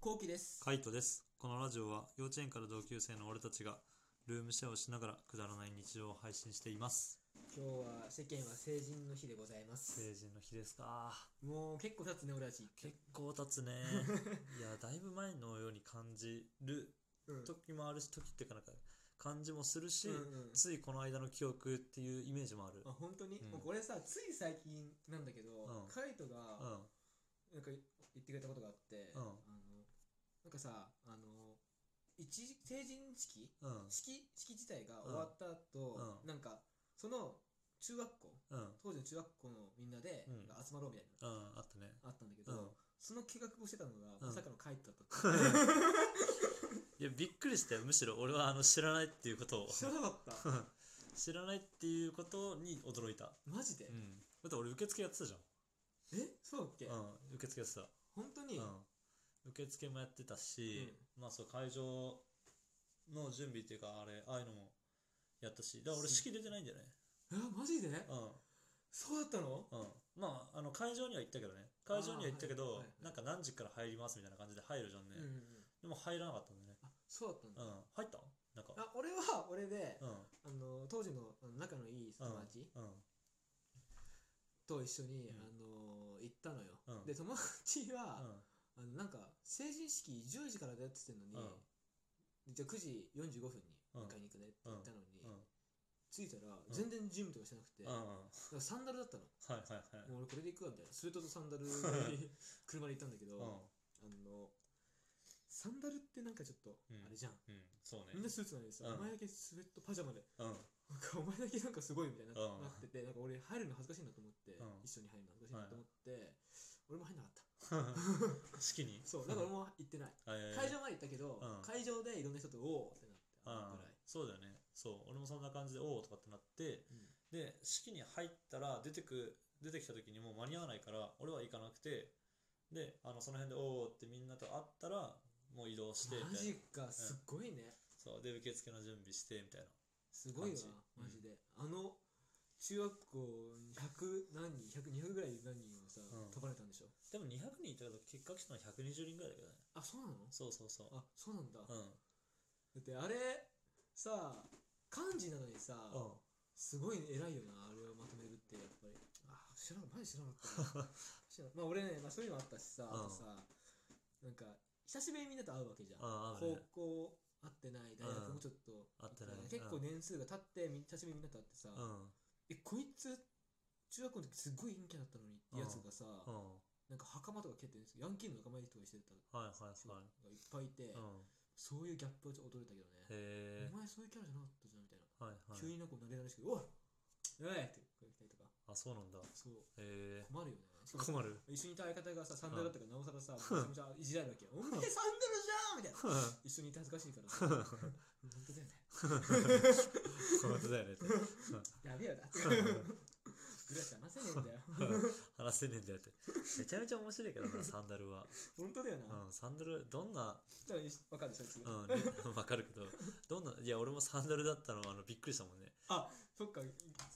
こうきです。カイトです。このラジオは幼稚園から同級生の俺たちがルームシェアをしながらくだらない日常を配信しています。今日は世間は成人の日でございます。成人の日ですか。もう結構経つね、俺たち。結構経 つね。いや、だいぶ前のように感じるうん時もあるし、時っていうかなんか感じもするし、うんうんついこの間の記憶っていうイメージもある。あ、本当に、うんもうこれさ、つい最近なんだけど、うんカイトうん。がなんか言ってくれたことがあって、うんあのなんかさ、あの、一時成人式うん。式式自体が終わった後、うんなんかその中学校、うん。当時の中学校のみんなでうん集まろうみたいうん。あったね。なのあったんだけど、うん。その計画をしてたのが、うんまさかのカイトだったって。いや、びっくりしたよ。むしろ俺はあの知らないっていうことを。 知らなかった。知らないっていうことに驚いた。マジで、うん。だって俺受付やってたじゃん。えそうだっけ、うん、受付やってた、本当に、うん、受付もやってたし、まあそう会場の準備っていうかあれああいうのもやったしだから俺す式出てないんじゃないえマジでうそうだったのんうんまああの会場には行ったけどね会場には行ったけあーど、はいはいなんか何時から入りますみたいな感じで入るじゃんねう、んうんうんでも入らなかったんだよねあそうだったんうだ、ん入ったなんかあ俺は俺で、うんあの当時のあの仲のいい友達うんと一緒に、うんあの行ったのよ、うんで友達うは、あんのなんか成人式10時からだって言ってんのに、じゃあ9時45分にうん迎えに行くねって言ったのに、うん着いたら全然準備とかしてなくて、うんうんはいなんかサンダルだったのはいはいもう俺これで行くわみたいなスウェットとサンダルで車で行ったんだけど、うんあのサンダルってなんかちょっとうんあれじゃん、うんそうねみんなスーツなんですよ、うんお前だけスウェットパジャマで うんなんかお前だけなんかすごいみたいにな,、うんなっててなんか俺入るの恥ずかしいなと思って、うん一緒に入るの恥ずかしいなと思って、俺も入んなかった式にそうだから俺も行ってない、えー会場まで行ったけど、うん会場でいろんな人とおおってなってああのあぐらい、そうだよねそう俺もそんな感じでおおとかってなってで式に入ったら出てく出てきた時にもう間に合わないから俺は行かなくてであのその辺でおおってみんなと会ったらもう移動してみたマいなジかすっごいね、そうで受付の準備してみたいなすごいわ感じマジで、あの中学校100何人100200ぐらい何人をさ、うん飛ばれたんでしょでも200人いたけど結果来たの120人ぐらいだけどねあそうなのそうそうそうあそうなんだ、うんうんだってあれさ漢字なのにさ、すごい偉いよなあれをまとめるってやっぱりあ知らんマジ知らなかったな 知らんまあ俺ね、まあ、そういうのあったしさ、うんあとさなんか久しぶりにみんなと会うわけじゃん、ああある高ね校会ってない大学もちょっとうん会ってない結構年数が経ってみ久しぶりにみんなと会ってさ、うんえこいつ中学校の時すっごい陰キャだったのにってやつがさ、うんなんか袴とか蹴ってるんですけどヤンキーの仲間入りとかしてたはいはい人がはいっぱいいて、うんそういうギャップはちょっと驚いたけどねへえお前そういうキャラじゃなかったじゃんみたいな、はいはい急になんか投げられるしくおいおいってこうやったりとかあそうなんだそうへえ困るよねしかも困る一緒にいた相方がさサンダルだったからなおさ らさめちゃめちゃいじられるわけよお前サンダルじゃんみたいな一緒にいて恥ずかしいから さ本当だよね本当だよねってやべえよ だってぐらいしか話せねえんだよ話せねえんだよってめちゃめちゃ面白いけどなサンダルは、本当だよな、うん、サンダルどんな、じゃあ分かるそいつ、うん、ねわかるけどどんないや俺もサンダルだったのはあのびっくりしたもんねそっか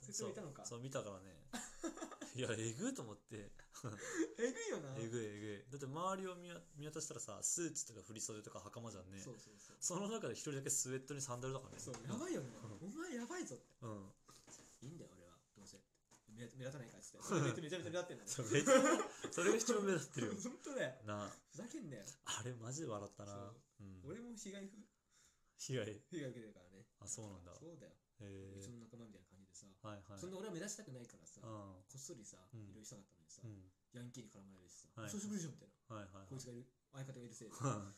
説そう明いたのかそう見たからねいやえぐいと思っえてぐいよなえぐいえぐいだって周りを見わ見渡したらさスーツとか振り袖とか袴じゃんねそうそうそうその中で一人だけスウェットにサンダルだからねそうやばいよね、お前やばいぞってうんいいんだよ俺はどうせ目立目立たないからっつってそれでめちゃめちゃ目立ってんだそれめっちゃそれが一番目立ってる よ本当だよなあふざけんなよあれマジで笑ったなそうう、ん、俺も被害ふ被害被害受けてるからねあそうなんだそうだよえうちーの仲間みたいな感じでさ、はいはいそんな俺は目立ちたくないからさ、うこんっそりさ、うんいろいろしたかったのにさ、うんヤンキーに絡まれるしさ、はい久しぶりじゃんみたいな、はいはいはいこい つがいる、相方がいるせいで。うんま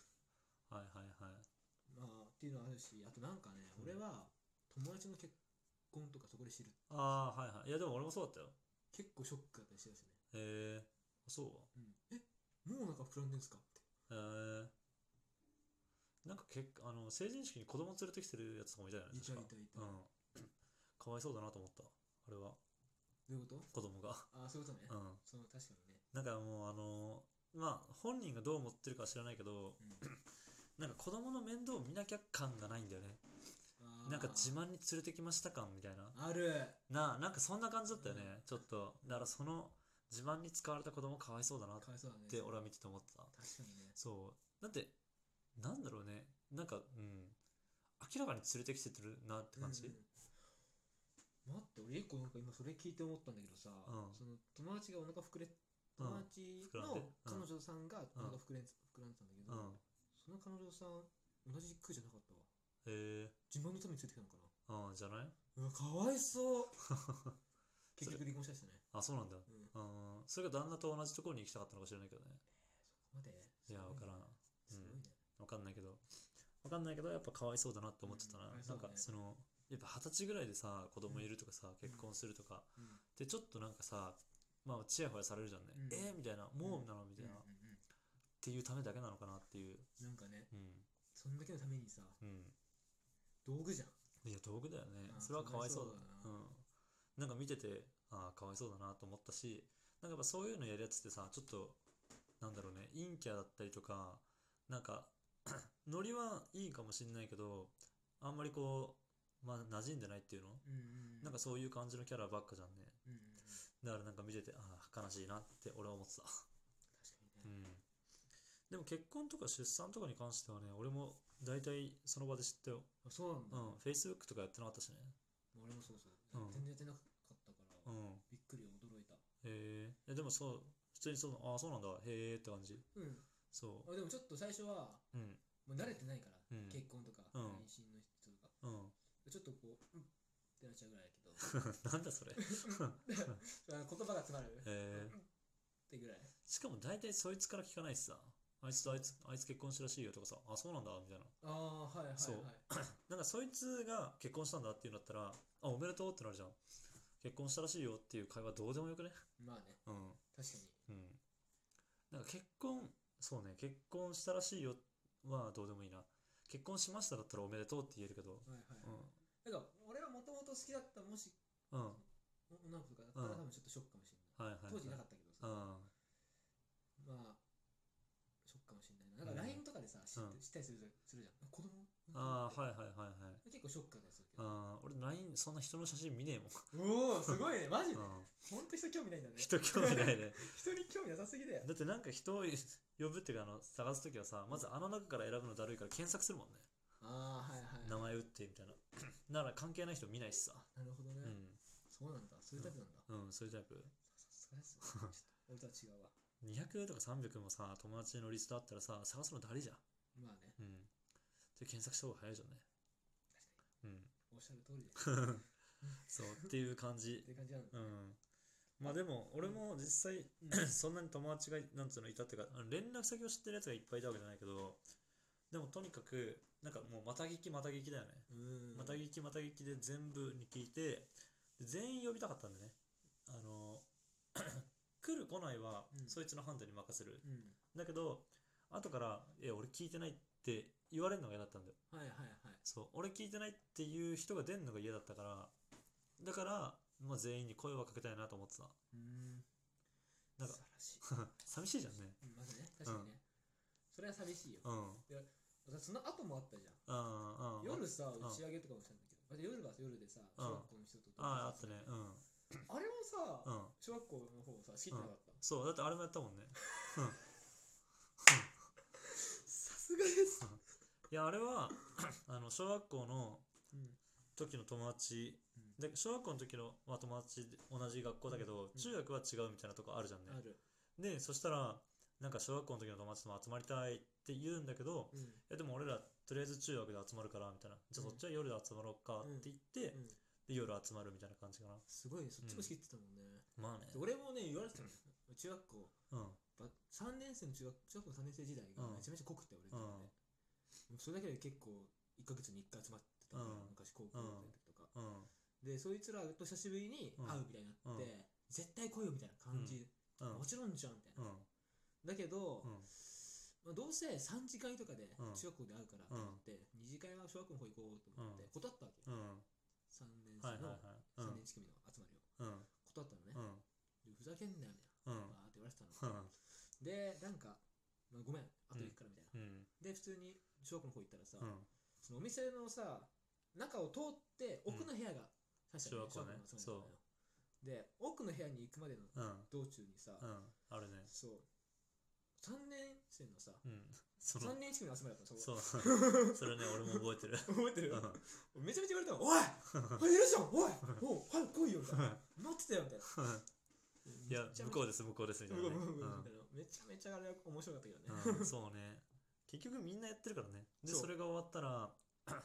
はいはいはい。あ、っていうのはあるし、あとなんかね、うん俺は友達の結婚とかそこで知る、ああ、はいはい。いや、でも俺もそうだったよ。結構ショックだったりしてるしね。えー、そううん、えもうなんか膨らんでんすかって。えー、なんか結あの成人式に子供連れてきてるやつとかもいたよね。いたい確かたいた。うん。かわいそうだなと思った。あれは、どういうこと子供が。 ああ、そういうことね。うん。その確かにね。なんかもう、あのまあ、本人がどう思ってるかは知らないけど、うんなんか子供の面倒を見なきゃ感がないんだよね。あーなんか自慢に連れてきました感みたいな。ある。なあ、なんかそんな感じだったよねうん。ちょっと。だからその自慢に使われた子供かわいそうだなっかわいそうだね。て俺は見てて思ってた。確かにね。そだってなんだろうねなんかうん明らかに連れてきてるなって感じ、うん待って俺一個なんか今それ聞いて思ったんだけどさ、うんその友達がお腹膨れうん友達膨らんでの彼女さんがおうん腹膨れん膨らんでたんだけど、うんその彼女さん同じ区じゃなかったわへえ自慢のためについてきたのかああじゃないなうわかわい そうそ結れ局離婚したしねあそうなんだうんそこうんそれが旦那と同じところに行きたかったのか知らないけどねまでいやわからんすごいねわかんないけどわかんないけどやっぱかわいそうだなって思ってたな、うんかわいそなうんだねかそのやっぱ二十歳ぐらいでさ子供いるとかさ、結婚するとかうんでちょっとなんかさまあちやほやされるじゃんね、うんえーみたいなもうなのみたいな、うんっうんうんていうためだけなのかなっていうなんかねうんそんだけのためにさうん道具じゃんいや道具だよねあーそれはかわいそうだそれはうん、なんか見ててああかわいそうだなと思ったしなんかやっぱそういうのやるやつってさちょっとなんだろうね陰キャだったりとかなんか ノリはいいかもしんないけどあんまりこうまあ馴染んでないっていうの、うんなんかそういう感じのキャラばっかじゃんねうんうんうんだからなんか見ててああ悲しいなって俺は思ってた確かにねうんでも結婚とか出産とかに関してはね俺も大体その場で知ったよあそうなんうだ、ん Facebook とかやってなかったしね俺もそうそう、うん全然やってなかったから、うんびっくり驚いたへえでもそう普通にそうああそうなんだへえって感じうんそあでもちょっと最初はううんもう慣れてないから、うん結婚とか、うん妊娠の人とかうん ちょっとこううんってなっちゃうぐらいだけどなんだそれへ あの言葉が詰まる、えうんってぐらいしかも大体そいつから聞かないしさあいつとあいつあいつ結婚したらしいよとかさあそうなんだみたいなああはいはいはいそうなんかそいつが結婚したんだっていうんだったら、あ、おめでとうってなるじゃん。結婚したらしいよっていう会話どうでもよくね。まあねうん。確かにうん。なんか結婚、そうね、結婚したらしいよはどうでもいいな。結婚しましただったらおめでとうって言えるけど。はいはい、うなんか俺はもともと好きだったもしん。うん。は女の子とかだったら多分ちょっとショックかもしれない、いはい、はい。当時なかったけどうさ、まあショックかもしれないななんか LINE とかでさ、知って知ったりするじゃんするじゃんあ子供ん。ああ、はいはいはいはい。結構ショックだったりするけどああ、俺 LINE、そんな人の写真見ねえもん。おおすごいねマ ジでうん。ほんと人興味ないんだね人興味ないね。人に興味なさすぎだよだってなんか人を呼ぶっていうか、あの、探すときはさ、まずあの中から選ぶのだるいから検索するもんね。ああはいはい名前打ってみたいな なら関係ない人見ないしさなるほどね、うそうなんだそういうタイプなんだ、ん、うん、そういうタイプさすがですねちょっと俺とは違うわ200とか300もさ友達のリストあったらさ探すの誰じゃんまあねうんで検索した方が早いじゃんねうんおっしゃる通りでそうっていう感じって感じなんだ、うんまあでも俺も実際 そんなに友達がなんつうのいたっていうかあの連絡先を知ってるやつがいっぱいいたわけじゃないけどでもとにかくなんかもうまた聞きまた聞きだよねうんまた聞きまた聞きで全部に聞いてで全員呼びたかったんでねあの 来る来ないはうんそいつの判断に任せる、うんだけど後から「え俺聞いてない」って言われるのが嫌だったんだよはいはいはいそう俺聞いてないっていう人が出るのが嫌だったからだから、まあ、全員に声はかけたいなと思ってたうんなん素か 晴らしい寂しいじゃんねうんまずね確かにね、それは寂しいようんだその後もあったじゃんあーあー夜さん打ち上げとかもしたんだけどだって夜は夜でさうん小学校の人とあーあったねうんあれもうさん小学校の方さ仕切ってなかったそうだってあれもやったもんねさすがですいやあれは あの小学校のうん時の友達、で小学校の時の、まあ、友達で同じ学校だけうど、ん中学は違うみたいなとこあるじゃんね、あるでそしたらなんか小学校の時の友達とも集まりたいって言うんだけどうんいやでも俺らとりあえず中学で集まるからみたいなじゃあうんそっちは夜で集まろうかって言って、うんで夜集まるみたいな感じかなすごいねそっちも仕切ってたもんねまあねで俺もね言われてたもん中学校うんば3年生の中学小学校3年生時代がうんめちゃめちゃ濃くて俺の中でもうそれだけで結構1ヶ月に1回集まってたからうん昔高校の時とかうんでそいつらと久しぶりに会うみたいになってう絶対来いよみたいな感じうんもちろんじゃんみたいうんなだけどうんまあどうせ3次会とかでうん中学校で会うからと思って2次会は小学校の方行こうと思ってうん断ったわけようん3年はいはい生はのいうん3年1組の集まりをうん断ったのねうでんふざけんなよみうんたいなバーって言われてたのうで、なんか、まあ、ごめん、後で行くからみたいな。んで、普通に小学校の方行ったらさ、うんそのお店のさ、中を通って奥の部屋が、確かに小学校ね小学校の集まりだったのよで、奥の部屋に行くまでのうん道中にさ、うんあるねそう、3年生のさ、うんその3年1組の集まりだったのそそこうそれね俺も覚えてる覚えてるうんめちゃめちゃ言われたの「おいおいいるじゃんおいおう早く来いよ」みたいな「待ってたよ」みたいな「めいやちゃめちゃ向こうです向こうですみたい向なこう向こうね向こうみたいなうめちゃめちゃあれは面白かったけどねんうんそうね結局みんなやってるからねでそうそれが終わったら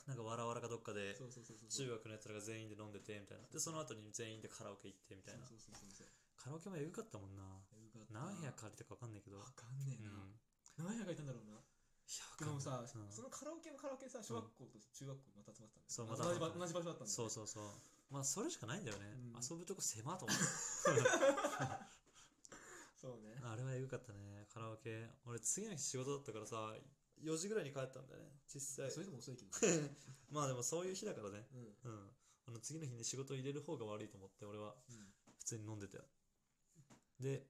なんかわらわらかどっかでそうそうそうそう中学のやつらが全員で飲んでてみたいなでその後に全員でカラオケ行ってみたいなそうそうそうそうカラオケもエグかったもんなよかった何部屋借りたか分かんないけどわかんねえうんいな、何部屋がいたんだろうなでやもさ、分かんないうんそのカラオケもカラオケでさ小学校と中学校また集まってたんだよ、そうままたた同じ場同じ場所だったんだよ、そうそうそうまあそれしかないんだよね、うん遊ぶとこ狭と思って そうねあれはエグかったねカラオケ俺次の日仕事だったからさ4時ぐらいに帰ったんだよね実際それでも遅いけどね、 まあでもそういう日だからねうんうんあの次の日に仕事を入れる方が悪いと思って俺はうん普通に飲んでたよで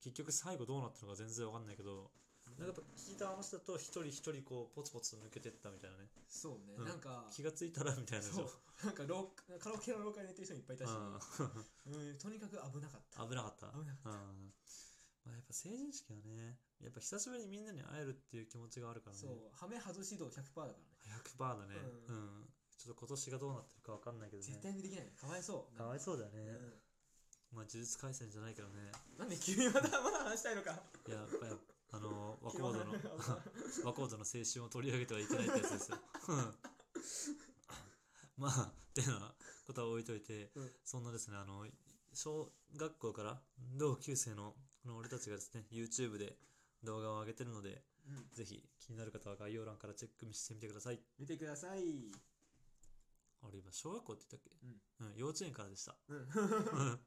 結局最後どうなったのか全然わかんないけどなんかやっぱ聞いた話だと一人一人こうポツポツと抜けてったみたいなねそうね、うんなんか気がついたらみたいなそ状うなんか廊下カラオケの廊下に寝てる人もいっぱいいたし、況うんうん、とにかく危なかった危なかった。危なかったうん。まあ、やっぱ成人式はね、やっぱ久しぶりにみんなに会えるっていう気持ちがあるからね。そうハメ外し度100%だからね100%だね、ううんん。ちょっと今年がどうなってるかわかんないけどね。絶対にできないかわいそうかわいそうだよね。うん、まあ、呪術廻戦じゃないけどね。なんで君まだまだ話したいのかいや、やっぱり、あ の、和光度の君、まだ和光度の青春を取り上げてはいけないってやつですよ。うんまあ、っていうのはことは置いといて、うんそんなですね、あの、小学校から同級生の、この俺たちがですね、YouTube で動画を上げてるので、うんぜひ気になる方は概要欄からチェックしてみてください。見てくださいあれ今小学校って言ったっけ、うん幼稚園からでした。うん